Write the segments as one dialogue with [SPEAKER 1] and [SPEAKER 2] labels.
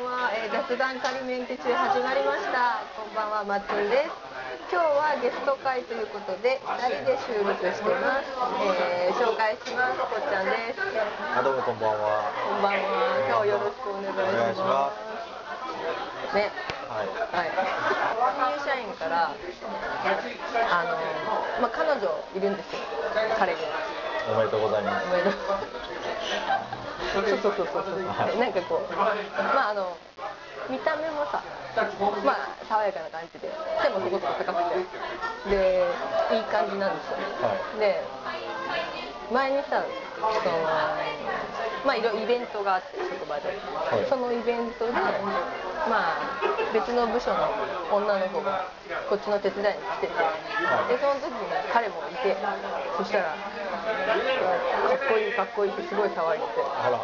[SPEAKER 1] 雑談仮免許中始まりましたこんばんは松井です今日はゲスト会ということで2人で収録してます、えー紹介しますこっちゃんですこ
[SPEAKER 2] あどうもこんばんは。
[SPEAKER 1] んばんは今日よろしくお願
[SPEAKER 2] お願
[SPEAKER 1] いし
[SPEAKER 2] いし
[SPEAKER 1] ま
[SPEAKER 2] ますす。
[SPEAKER 1] ね
[SPEAKER 2] は
[SPEAKER 1] は
[SPEAKER 2] い。
[SPEAKER 1] い、新入社員からあの、まあ、彼女いるんですよ彼には
[SPEAKER 2] おめでとうございます。
[SPEAKER 1] ごめんなそうそうそうそうそうでなんかこうまああの見た目もさまあ爽やかな感じで背もすごく高くてでいい感じなんですよ、
[SPEAKER 2] は
[SPEAKER 1] で前にさそのまあいろいろイベントがあって職場で、
[SPEAKER 2] い
[SPEAKER 1] そのイベントでまあ別の部署の女の子がこっちの手伝いに来てて、でその時に彼もいてそしたらかっこいいかっこいいってすごい騒いでて
[SPEAKER 2] あら。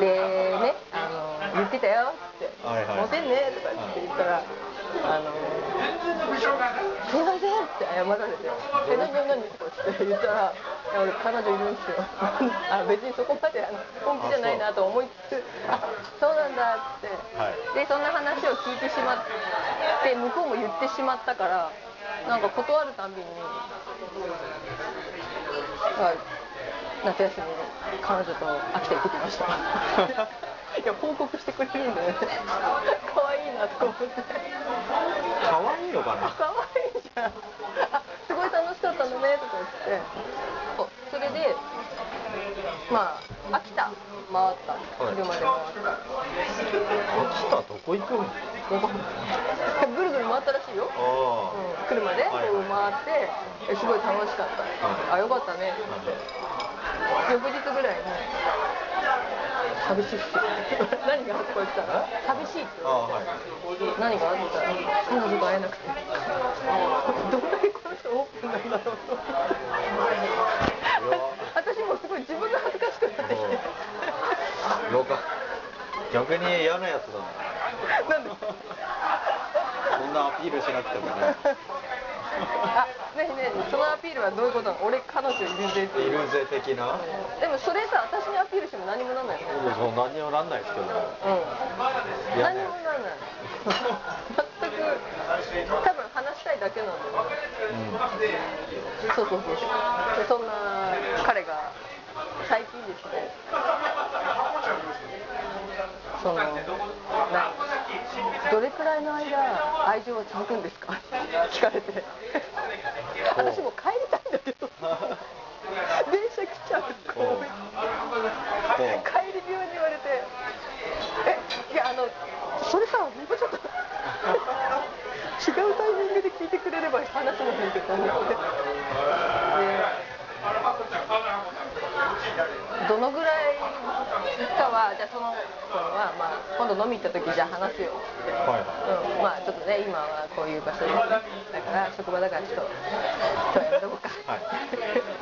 [SPEAKER 1] でねあの言ってたよって「
[SPEAKER 2] はいはい
[SPEAKER 1] モテんね」とかって言ったら「あのすいません」って謝られて「え何何何?」とかって言ったら「いや俺彼女いるんですよ」あ別にそこまであの本気じゃないなと思いつつ「あそうなんだ」って、
[SPEAKER 2] はい
[SPEAKER 1] でそんな話を聞いてしまって向こうも言ってしまったからなんか断るたびにあ夏休みに彼女と秋田行ってきました いや報告してくれるんだよね 可愛いなと思って
[SPEAKER 2] 可愛いのかな。
[SPEAKER 1] 可愛いじゃんあすごい楽しかったのねとか言ってそうそれでまあ秋田回った
[SPEAKER 2] い
[SPEAKER 1] 車で回っ
[SPEAKER 2] 秋田どこ行くん？
[SPEAKER 1] たぐるぐる回ったらしいよ
[SPEAKER 2] ああ。
[SPEAKER 1] 車でこ
[SPEAKER 2] はいう
[SPEAKER 1] 回ってえすごい楽しかった、あよかったねって翌日ぐらいに「寂しい」って何があってこう言ったら「寂しい」って
[SPEAKER 2] ああはい。
[SPEAKER 1] 何があって言ったら「彼女と会えなくて」どんだけこの人オープンなんだろうと思って私もうすごい自分が恥ずかしくなってきて
[SPEAKER 2] よか。逆に嫌なやつだ
[SPEAKER 1] な
[SPEAKER 2] な。
[SPEAKER 1] んで
[SPEAKER 2] そんなアピールしなくてもね。
[SPEAKER 1] あねえねえそのアピールはどういうことなの俺彼女いるぜって
[SPEAKER 2] いるぜ的な。
[SPEAKER 1] でもそれさ私にアピールしても何もなんないよね
[SPEAKER 2] そう何にもなんないですけど。
[SPEAKER 1] うん、
[SPEAKER 2] 嫌
[SPEAKER 1] 何
[SPEAKER 2] な
[SPEAKER 1] に
[SPEAKER 2] や
[SPEAKER 1] もなんない全く多分話したいだけなんだよ、そうそうそうそうでそんな彼が最近ですねその何どれくらいの間愛情は続くんですかって聞かれて 私もう帰りたいんだけど電車来ちゃうとか思い
[SPEAKER 2] つ。こう。
[SPEAKER 1] 帰り際に言われて「えいやあのそれさもうちょっと違うタイミングで聞いてくれれば話もいいけど」思ってでどのぐらいかはじゃあその子は、まあ、今度飲み行った時じゃあ話すよって。
[SPEAKER 2] は
[SPEAKER 1] うん、まあちょっとね今はこういう場所ですだから職場だからちょっと今日やめとこうか
[SPEAKER 2] い。 はい。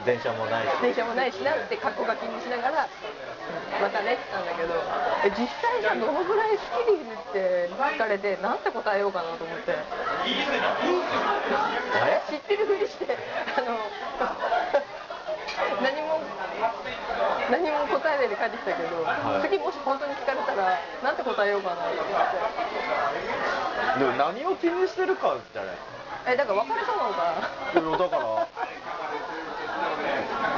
[SPEAKER 2] 電車もないし。
[SPEAKER 1] 電車もないしなって格好が気にしながらまたねって言ったんだけどえ実際さどのぐらい好きでいるって聞かれてなんて答えようかなと思って知ってるふりしてあの 何も何も答えないで帰ってきたけど、次もし本当に聞かれたらなんて答えようかなと思って
[SPEAKER 2] え？でも何を気にしてるかじゃない。
[SPEAKER 1] えだから別れそうなのかない
[SPEAKER 2] やだから別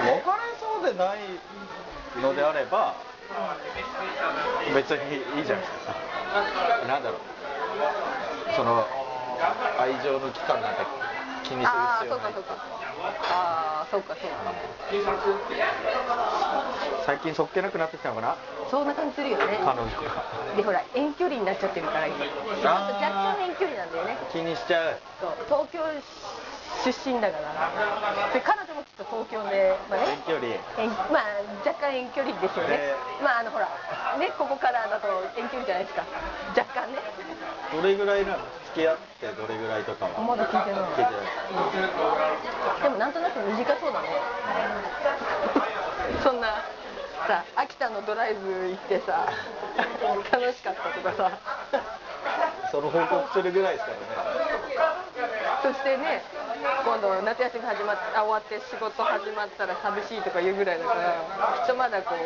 [SPEAKER 2] れそうでないのであれば別にいいじゃないですかなんだろうその愛情の期間なんて気にする
[SPEAKER 1] ああ
[SPEAKER 2] 必
[SPEAKER 1] そ
[SPEAKER 2] 要
[SPEAKER 1] うか
[SPEAKER 2] ない
[SPEAKER 1] そうかああそうかそうか
[SPEAKER 2] 最近そっけなくなってきたのかな
[SPEAKER 1] そんな感じするよね
[SPEAKER 2] 彼女
[SPEAKER 1] でほら遠距離になっちゃってるから今ちょっと若干遠距離なんだよね
[SPEAKER 2] 気にしちゃう
[SPEAKER 1] そう東京出身だからで彼女もきっと東京で、まあね
[SPEAKER 2] 遠距離
[SPEAKER 1] 遠まあ、若干遠距離ですよね
[SPEAKER 2] ね
[SPEAKER 1] まああのほらねここからだと遠距離じゃないですか若干ね
[SPEAKER 2] どれぐらいなの付き合ってどれぐらいとかは
[SPEAKER 1] まだ聞いてない
[SPEAKER 2] 聞いてない
[SPEAKER 1] でもなんとなく短そうだね そんなさ秋田のドライブ行ってさ楽しかったとかさ
[SPEAKER 2] その報告するぐらいですからね
[SPEAKER 1] そしてね今度夏休み始まっあ終わって仕事始まったら寂しいとか言うぐらいだからきっとまだこう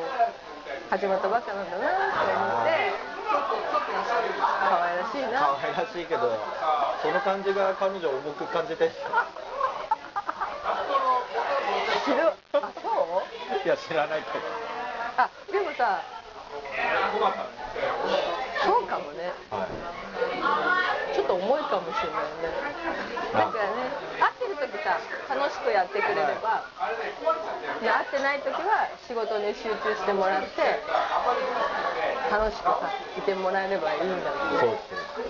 [SPEAKER 1] 始まったばっかなんだなって思って可愛らしいな
[SPEAKER 2] 可愛らしいけどその感じが彼女を重く感じて
[SPEAKER 1] ひどいあそう
[SPEAKER 2] いや知らないけど
[SPEAKER 1] あでもさそうかもね
[SPEAKER 2] はい
[SPEAKER 1] ちょっと重いかもしれないねだからね会ってる時さ楽しくやってくれれば、ね、会ってない時は仕事に集中してもらって楽しくさいてもらえればいいんだけど
[SPEAKER 2] そうで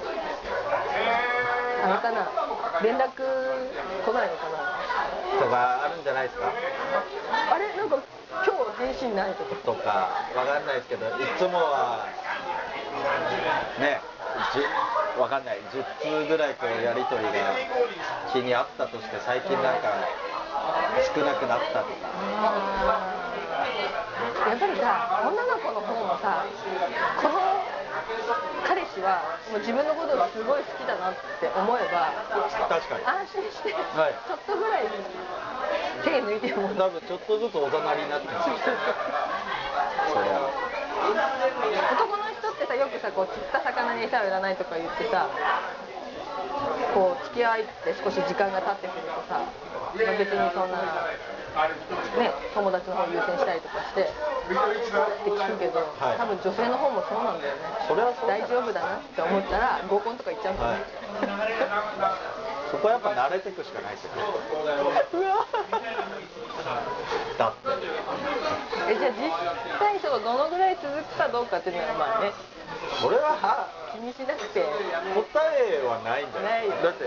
[SPEAKER 2] すね
[SPEAKER 1] あれかな連絡来ないのかな
[SPEAKER 2] とかあるんじゃないですか
[SPEAKER 1] あれなんか今日返信ないとか
[SPEAKER 2] とかわかんないですけどいつもはねじわかんない10通ぐらいこうやり取りが日にあったとして最近なんか少なくなったとか
[SPEAKER 1] やっぱりさ女の子の方もさこの彼氏はもう自分のことがすごい好きだなって思えば
[SPEAKER 2] 確かに
[SPEAKER 1] 安心してちょ
[SPEAKER 2] い
[SPEAKER 1] っとぐらい手抜いても
[SPEAKER 2] 多分ちょっとずつおざなりになってますそりゃ
[SPEAKER 1] 男の人ってさよくさこう釣った魚に餌をいらないとか言ってさこう付き合いって少し時間が経ってくるとさ、まあ別にそんな、ね、友達の方優先したりとかしてって聞くけど、
[SPEAKER 2] はい
[SPEAKER 1] 多分女性の方もそうなんだよね
[SPEAKER 2] それはそう
[SPEAKER 1] 大丈夫だなって思ったら合コンとか行っちゃうんだよね、
[SPEAKER 2] そこはやっぱ慣れていくしかないですよね
[SPEAKER 1] うわ
[SPEAKER 2] だって
[SPEAKER 1] えじゃあ実際そのどのぐらい続くかどうかっていうのはまあね
[SPEAKER 2] それは
[SPEAKER 1] 気にしなくて
[SPEAKER 2] 答えはないんじゃな
[SPEAKER 1] ない
[SPEAKER 2] い
[SPEAKER 1] よ
[SPEAKER 2] だって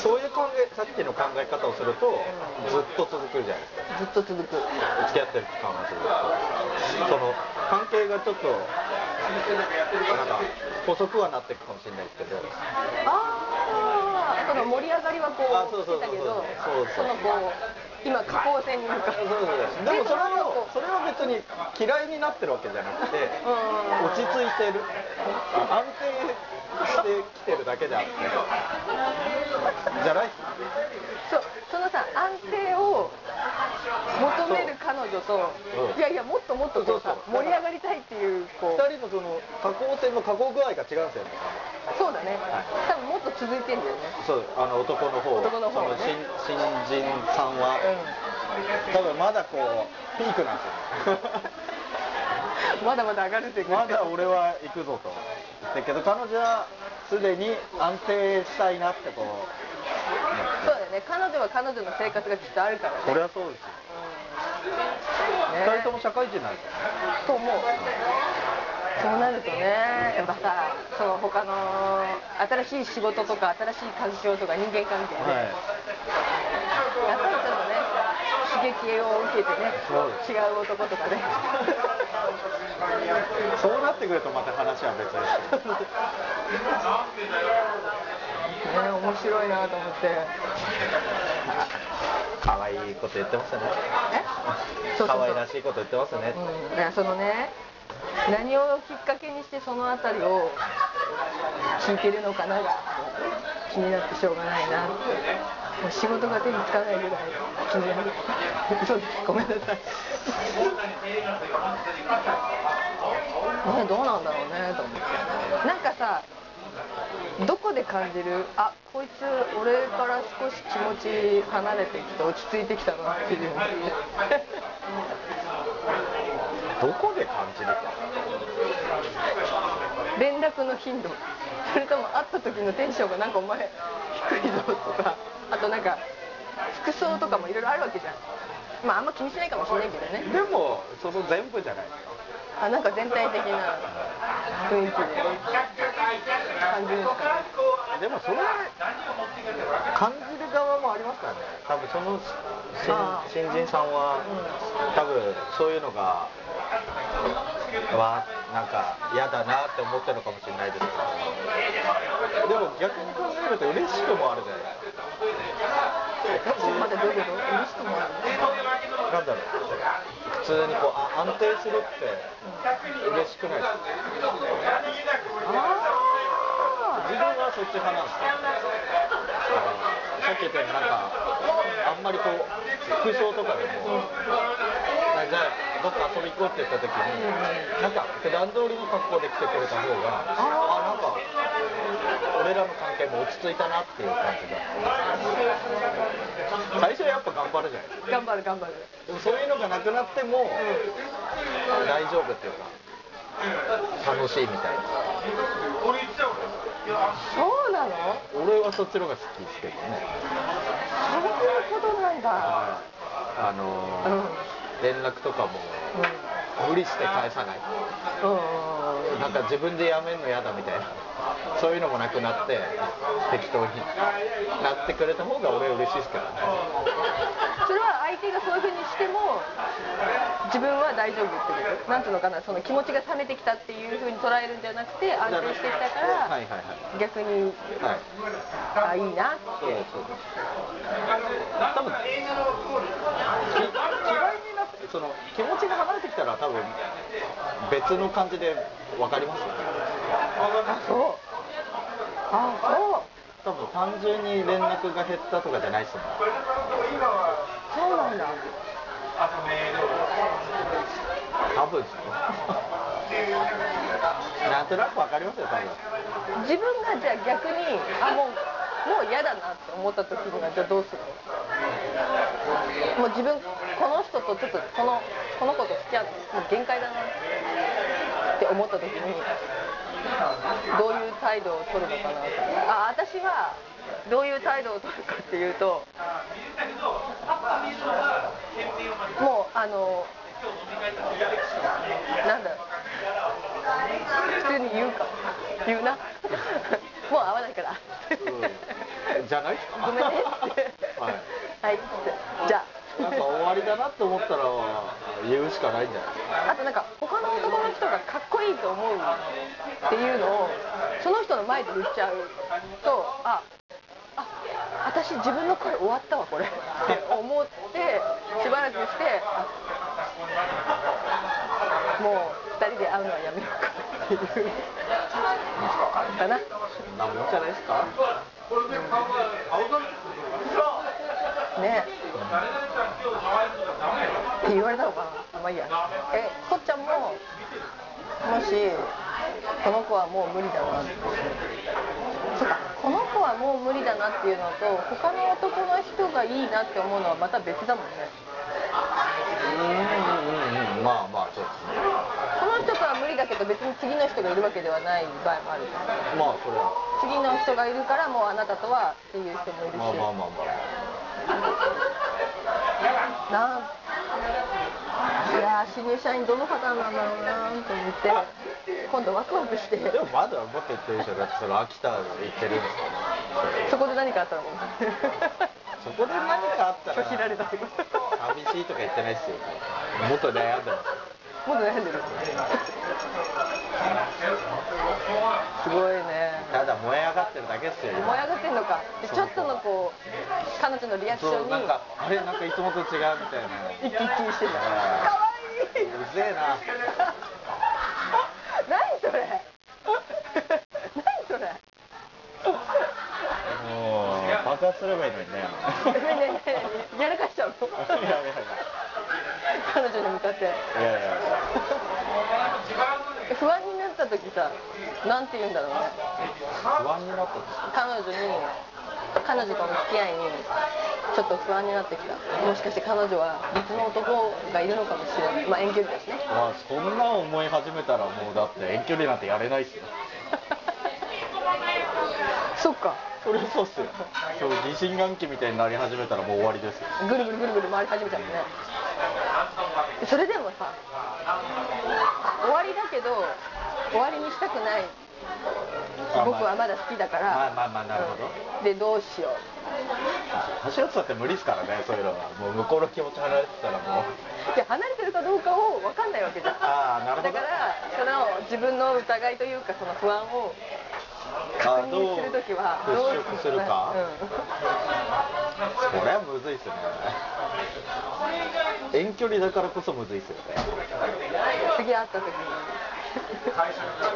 [SPEAKER 2] そういう考えさっきの考え方をするとずっと続くじゃないですか
[SPEAKER 1] ずっと続く
[SPEAKER 2] 付き合ってる期間はずっとその関係がちょっとなんか細くはなっていくかもしれないですけど
[SPEAKER 1] ああその盛り上がりはこ
[SPEAKER 2] あ
[SPEAKER 1] う
[SPEAKER 2] そう
[SPEAKER 1] 来
[SPEAKER 2] そう
[SPEAKER 1] てたけど
[SPEAKER 2] そう
[SPEAKER 1] そ
[SPEAKER 2] そう
[SPEAKER 1] のこう今下降線に向かう
[SPEAKER 2] そうですでもそれをそれは別に嫌いになってるわけじゃなくて落ち着いてる安定してきてるだけであってじゃないっす
[SPEAKER 1] そうそのさ安定を求める彼女と
[SPEAKER 2] うん
[SPEAKER 1] いやいやもっともっとこうさ
[SPEAKER 2] そうそう
[SPEAKER 1] 盛り上がりたいっていうこ
[SPEAKER 2] 2人のその加工線の加工具合が違うんですよね
[SPEAKER 1] うそうだね多分もっと続いてんだよね
[SPEAKER 2] そうあの男の方
[SPEAKER 1] 男の方はね
[SPEAKER 2] その新新人さんは、多分まだこうピークなんですよね
[SPEAKER 1] まだまだ上がる ぜ
[SPEAKER 2] まだ俺は行くぞとだけど彼女はすでに安定したいなってこう
[SPEAKER 1] そうだよね彼女は彼女の生活がきっとあるからね
[SPEAKER 2] それはそうですよ2人とも社会人なんですよ
[SPEAKER 1] と思うそうなるとねやっぱさその他の新しい仕事とか新しい環境とか人間関係で、
[SPEAKER 2] はい
[SPEAKER 1] やっぱりちょっとね刺激を受けてね
[SPEAKER 2] そうで
[SPEAKER 1] 違う男とか ね
[SPEAKER 2] そうなってくるとまた話は別ですけど
[SPEAKER 1] ね面白いなと思って
[SPEAKER 2] 可愛いこと言ってますね
[SPEAKER 1] えそうそう
[SPEAKER 2] 可
[SPEAKER 1] そう
[SPEAKER 2] 愛らしいこと言ってますね
[SPEAKER 1] うんだからそのね何をきっかけにしてその辺りを聞いてるのかなが気になってしょうがないなってもう仕事が手につかないぐらい気になる 嘘ですごめんなさいねどうなんだろうねと思ってなんかさどこで感じるあこいつ俺から少し気持ち離れてきて落ち着いてきたなっていうのって
[SPEAKER 2] どこで感じるか
[SPEAKER 1] 連絡の頻度 それとも会った時のテンションがなんかお前低いぞとかあとなんか服装とかもいろいろあるわけじゃんまああんま気にしないかもしれないけどね
[SPEAKER 2] でもその全部じゃないですか
[SPEAKER 1] あなんか全体的な雰囲気で感じるんですかね
[SPEAKER 2] でもそれ感じる側もありますからね多分その新
[SPEAKER 1] あ
[SPEAKER 2] 新人さんは多分そういうのがわあなんか嫌だなって思ってるのかもしれないですけどでも逆に考えると嬉しくもあるじゃないです
[SPEAKER 1] ちょっと待ってどういうこと嬉しくもある
[SPEAKER 2] かなんだろう普通にこうあ安定するって嬉しくないです
[SPEAKER 1] あ
[SPEAKER 2] か自分はそっち派なんですよさっき言ったようになんかあんまりこう服装とかでもじゃあどっか遊び行こうって言った時に、なんか普段通りの格好で来てくれた方が、あなんか、俺らの関係も落ち着いたなっていう感じが。最初はやっぱ頑張るじゃないですか。
[SPEAKER 1] 頑張る頑張る
[SPEAKER 2] でもそういうのがなくなっても、大丈夫っていうか、楽しいみたいな。
[SPEAKER 1] そうなの
[SPEAKER 2] 俺はそっちの方が好きですけどね。
[SPEAKER 1] そういうことなんだ
[SPEAKER 2] あの
[SPEAKER 1] うんうん
[SPEAKER 2] ー連絡とかも無理して返さない。
[SPEAKER 1] うん
[SPEAKER 2] なんか自分でやめんのやだみたいなそういうのもなくなって適当になってくれた方が俺嬉しいですからね
[SPEAKER 1] それは相手がそういうふうにしても自分は大丈夫ってことなんていうのかなその気持ちが冷めてきたっていうふうに捉えるんじゃなくて安定してきたから、
[SPEAKER 2] はいはいはい
[SPEAKER 1] 逆に
[SPEAKER 2] は
[SPEAKER 1] あい
[SPEAKER 2] い
[SPEAKER 1] いなって
[SPEAKER 2] そうですそうです多分き嫌いになってその気持ちが離れてきたら多分別の感じで分かりますよ
[SPEAKER 1] あそうあそう
[SPEAKER 2] 多分単純に連絡が減ったとかじゃないっすね
[SPEAKER 1] そうなんだ
[SPEAKER 2] 多分っすよなんとなく分かりますよ多分
[SPEAKER 1] 自分がじゃあ逆にあもうもう嫌だなって思った時にはじゃあどうするのもう自分この人とちょっとこのこの子と付き合うのもう限界だなって思った時にどういう態度を取るのかなってあ私はどういう態度を取るかっていうともうあのなんだろう普通に言うか言うな もう会わないから
[SPEAKER 2] じゃないっすか
[SPEAKER 1] ごめんねって
[SPEAKER 2] はい
[SPEAKER 1] はいっつってじゃ
[SPEAKER 2] なんか終わりだなって思ったら言うしかないんじゃないですか
[SPEAKER 1] ああとなんか他の男の人がかっこいいと思うっていうのをその人の前で言っちゃうとああ私自分の声終わったわこれって思ってしばらくしてあもう2人で会うのはやめようかっていうかな
[SPEAKER 2] そんなもんじゃないですか
[SPEAKER 1] ねって言われたのかなまあいいやえこっちゃんももしこの子はもう無理だなってそっかこの子はもう無理だなっていうのと他の男の人がいいなって思うのはまた別だもんね
[SPEAKER 2] うんうんうんまあまあそうですね
[SPEAKER 1] この人とは無理だけど別に次の人がいるわけではない場合もあるじゃん
[SPEAKER 2] まあそれは
[SPEAKER 1] 次の人がいるからもうあなたとはっていう人もいるし、
[SPEAKER 2] まあまあまあま
[SPEAKER 1] なんいやー新入社員どのパターンなんだろうなーと思って今度ワクワクして
[SPEAKER 2] あでもまだもっと言ってるでしょだってその秋田行ってるんですから
[SPEAKER 1] そこで何かあったのかも
[SPEAKER 2] そこで何かあったら
[SPEAKER 1] 拒否られたってこと
[SPEAKER 2] 寂しいとか言ってないですよもっと悩んでます
[SPEAKER 1] もっと悩んでるすごいね
[SPEAKER 2] ただ燃え上がってるだけですよ今
[SPEAKER 1] 燃え上がってんのかでちょっとのこう彼女のリアクション
[SPEAKER 2] そう
[SPEAKER 1] に
[SPEAKER 2] なんかあれなんかいつもと違うみたい
[SPEAKER 1] 一喜一
[SPEAKER 2] なう
[SPEAKER 1] 憂してるかわいい
[SPEAKER 2] ぜえな
[SPEAKER 1] 何それ何それ
[SPEAKER 2] もう爆発すればいいのにね
[SPEAKER 1] ねえねえねえやらかしちゃうの彼女に向かって
[SPEAKER 2] いやいや
[SPEAKER 1] 不安になった時さなんて言うんだろうね
[SPEAKER 2] 不安になったんです
[SPEAKER 1] 彼女に彼女との付き合いにちょっと不安になってきたもしかして彼女は別の男がいるのかもしれないまあ遠距離だしね
[SPEAKER 2] まあそんな思い始めたらもうだって遠距離なんてやれないっすよ
[SPEAKER 1] そっか
[SPEAKER 2] それそうっすよそう疑心暗鬼みたいになり始めたらもう終わりですよ
[SPEAKER 1] ぐるぐるぐるぐる回り始めちゃったねそれでもさ終わりだけど終わりにしたくない僕はまだ好きだか
[SPEAKER 2] まあ
[SPEAKER 1] ら
[SPEAKER 2] まあまあなるほど
[SPEAKER 1] でどうしよ
[SPEAKER 2] 橋本さんって無理っすからねそういうのはもう向こうの気持ち離れてたらもう
[SPEAKER 1] うで離れてるかどうかを分かんないわけじゃん
[SPEAKER 2] ああなる
[SPEAKER 1] だからその自分の疑いというかその不安を
[SPEAKER 2] あ
[SPEAKER 1] 確
[SPEAKER 2] どう
[SPEAKER 1] 認するときは
[SPEAKER 2] 払拭するか
[SPEAKER 1] うん
[SPEAKER 2] それはむずいっすよね遠距離だからこそむずいっすよね
[SPEAKER 1] 次会った時に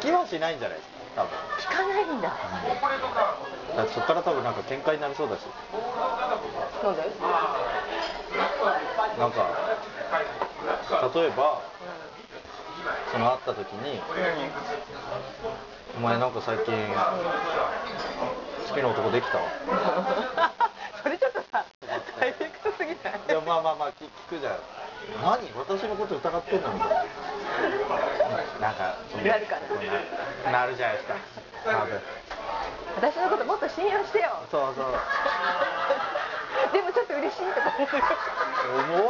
[SPEAKER 2] 聞きはしないんじゃないですか多分
[SPEAKER 1] 聞かないんだ
[SPEAKER 2] だってそっから多分なんか喧嘩になりそうだし
[SPEAKER 1] なんで
[SPEAKER 2] なんか例えば、その会った時に、お前なんか最近好きな男できた?」
[SPEAKER 1] それちょっとさダイレクトすぎない
[SPEAKER 2] いやまあまあまあ聞聞くじゃん何私のこと疑ってんのみたいななんかそん
[SPEAKER 1] なるか
[SPEAKER 2] ななるじゃないですか多分
[SPEAKER 1] 私のこともっと信用してよ
[SPEAKER 2] そうそう
[SPEAKER 1] でもちょっと嬉しいとか
[SPEAKER 2] 思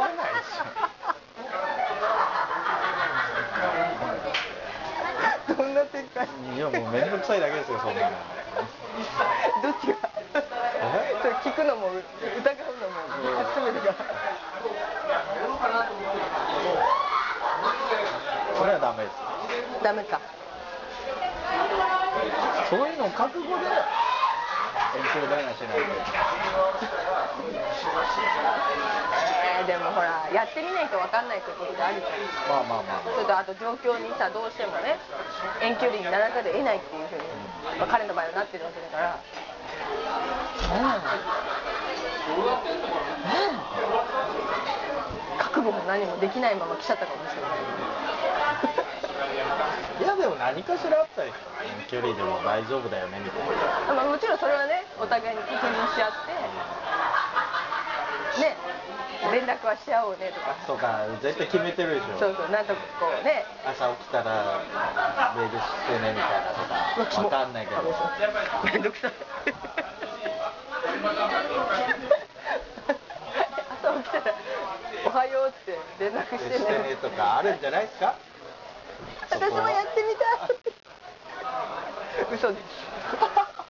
[SPEAKER 2] わないし
[SPEAKER 1] どんな展開
[SPEAKER 2] いやもう面倒くさいだけですよそんなの
[SPEAKER 1] どっちがそれ聞くのも疑うのも全てが
[SPEAKER 2] それはダメです
[SPEAKER 1] ダメか
[SPEAKER 2] そういうのを覚悟で遠距離恋愛しない
[SPEAKER 1] えーでもほらやってみないと分かんないってことであるじゃ
[SPEAKER 2] とまあまあまあ
[SPEAKER 1] んそれとあと状況にさどうしてもね遠距離にならざるを得ないっていうふうに、まあ、彼の場合はなってるわけだからうん覚悟も何もできないまま来ちゃったかもしれない
[SPEAKER 2] いやでも何かしらあったり遠距離でも大丈夫だよねみたいな
[SPEAKER 1] まあ、もちろんそれはねお互いに確認し合ってね連絡はし合おうねとか
[SPEAKER 2] とか絶対決めてるでし
[SPEAKER 1] そ
[SPEAKER 2] ょ
[SPEAKER 1] うそうなんとかこうね
[SPEAKER 2] 朝起きたらメールしてねみたいなとかわかんないけど
[SPEAKER 1] めんどくさい朝起きたら「おはよう」って連絡して
[SPEAKER 2] して
[SPEAKER 1] ね
[SPEAKER 2] ねとかあるんじゃないですか
[SPEAKER 1] 私もやってみたい嘘です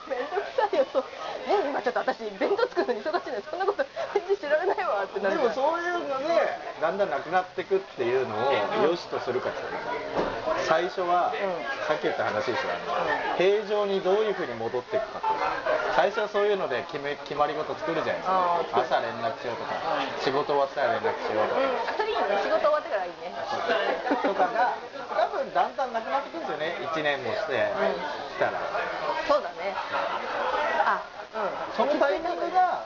[SPEAKER 1] めんどくさいよそうえ今ちょっと私弁当作るのに忙しいのにそんなこと返事知られないわってな
[SPEAKER 2] で
[SPEAKER 1] る
[SPEAKER 2] もそういうのでだんだんなくなってくっていうのを良しとするかですよね最初は、さっき言った話ですよ、あの平常にどういうふうに戻っていくかって最初はそういうので決め決まり事作るじゃないです
[SPEAKER 1] あ
[SPEAKER 2] か朝連絡しようとか仕事終わったら連絡しようとか
[SPEAKER 1] うん、あそれいいよね仕事終わってからいいね
[SPEAKER 2] とかが多分だんだんなくなってくるんですよね1年もしてきたら
[SPEAKER 1] そうだねあうん
[SPEAKER 2] そのタイミングが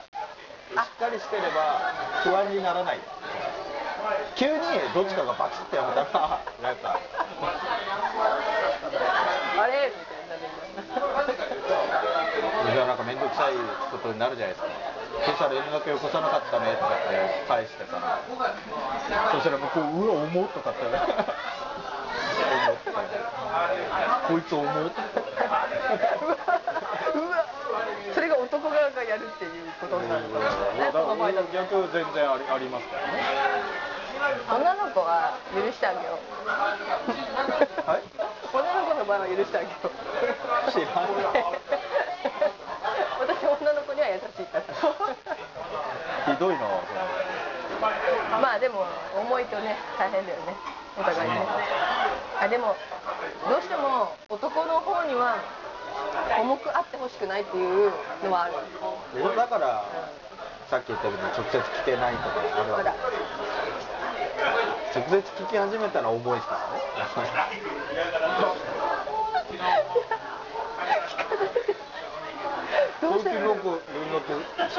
[SPEAKER 2] しっかりしてれば不安にならない急にどっちかがバチってやめたらなんか
[SPEAKER 1] あれみたいになるんだ
[SPEAKER 2] じゃあなんか面倒くさいことになるじゃないですか今朝連絡よこさなかったねとかって返してからそしたら向こううわ重っとかってね 重ってこいつ重 っ
[SPEAKER 1] うわそれが男側がやるっていうことになるとねその場合だと
[SPEAKER 2] 逆全然ありありますからね
[SPEAKER 1] 女の子は許してあげよう
[SPEAKER 2] はい
[SPEAKER 1] 女の子の場合は許してあげよう
[SPEAKER 2] 知らん
[SPEAKER 1] 私女の子には優しいから
[SPEAKER 2] ひどいな
[SPEAKER 1] まあでも重いとね大変だよねお互いねあでもどうしても男の方には重くあってほしくないっていうのはある
[SPEAKER 2] だからさっき言ったけど直接聞けないとかある
[SPEAKER 1] ま
[SPEAKER 2] わ け
[SPEAKER 1] だ
[SPEAKER 2] 直接聞き始めたら重いですからね
[SPEAKER 1] どうし
[SPEAKER 2] 東
[SPEAKER 1] た
[SPEAKER 2] 京
[SPEAKER 1] らいい
[SPEAKER 2] の子連絡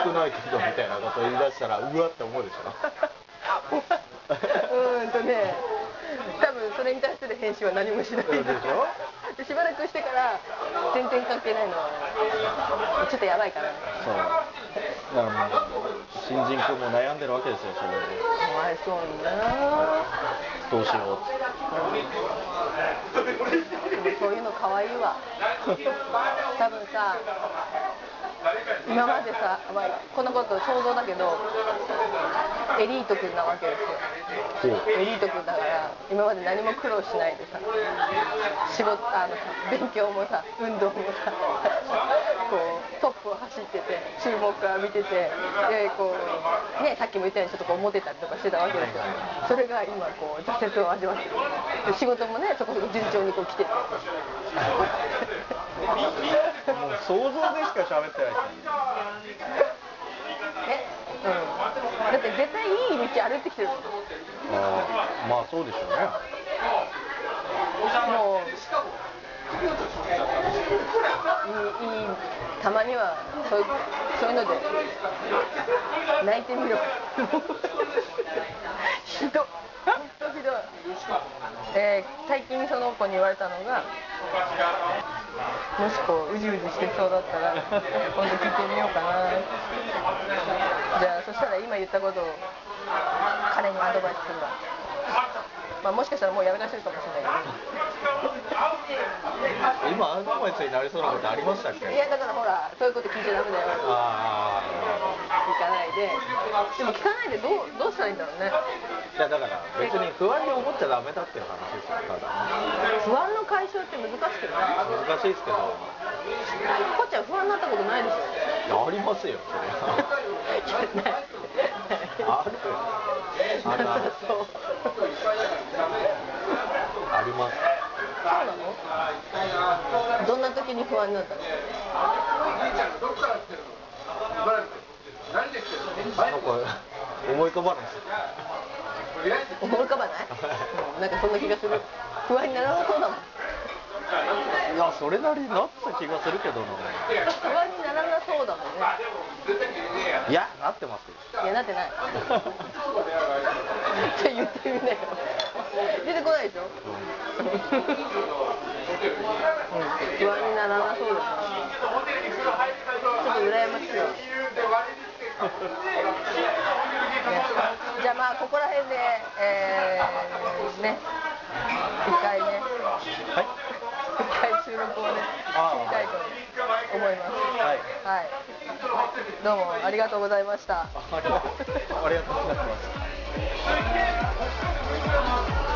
[SPEAKER 2] 少ないけどみたいなこと言い出したらうわって思うでしょ
[SPEAKER 1] うーんとね多分それに対する返信は何もしない
[SPEAKER 2] でしょ
[SPEAKER 1] でしばらくしてから全然関係ないのはちょっとやばいかな
[SPEAKER 2] そうだからもう新人君も悩んでるわけですよそれで
[SPEAKER 1] かわいそうにな
[SPEAKER 2] どうしようって
[SPEAKER 1] でもそういうの可愛いわ多分さ今までさ、まあ、このこと想像だけどエリート君なわけですよエリート君だから今まで何も苦労しないでさ仕事あのさ勉強もさ運動もさこうトップを走ってて注目を浴びててでこう、ね、さっきも言ったようにちょっとこうモテたりとかしてたわけですよそれが今こう挫折を味わってるで仕事もねそこそこ順調にこう来てて
[SPEAKER 2] もう想像でしか喋ってないですよ
[SPEAKER 1] えうんだって絶対いい道歩いてきてるもん
[SPEAKER 2] ああまあそうでしょうね
[SPEAKER 1] もういいいいたまにはそういうそういうので泣いてみろひどいほんとひどいで最近その子に言われたのがもしこううじうじしてそうだったら今度聞いてみようかなじゃあそしたら今言ったことを彼にアドバイスするわ、まあ、もしかしたらもうやめられてるかもしれないけ
[SPEAKER 2] 今アドバイスになりそうなことありましたっ
[SPEAKER 1] どい
[SPEAKER 2] け
[SPEAKER 1] やだからほらそういうこと聞いちゃダメだよ
[SPEAKER 2] あ
[SPEAKER 1] 聞かないででも聞かないでどうどうしたらいいんだろうね
[SPEAKER 2] あいやだから別に不安に思っちゃダメだっていう話ですよただ
[SPEAKER 1] 不安の解消って難しくない
[SPEAKER 2] 難しいですけど
[SPEAKER 1] こっちゃん不安になったことないでしょ
[SPEAKER 2] いやありますよそれ はあるあるある
[SPEAKER 1] そう
[SPEAKER 2] あります
[SPEAKER 1] そうなのどんな時に不安になったの
[SPEAKER 2] なんか思い浮かばないです
[SPEAKER 1] 思い浮かばない、うん、なんかそんな気がする不安にならなそうだもん
[SPEAKER 2] いやそれなりになった気がするけどな
[SPEAKER 1] 不安にならなそうだもんね
[SPEAKER 2] いやなってますよ
[SPEAKER 1] いやなってないじゃあ言ってみなよ出てこないでしょ、うん、不安にならなそうだなちょっと羨ましいわねじゃあまあここら辺で、えー、ね一回ね
[SPEAKER 2] はい
[SPEAKER 1] 一回収録をね
[SPEAKER 2] あ
[SPEAKER 1] 切りたいと思います
[SPEAKER 2] あはい
[SPEAKER 1] はいどうもありがとうございました
[SPEAKER 2] ありがとうございます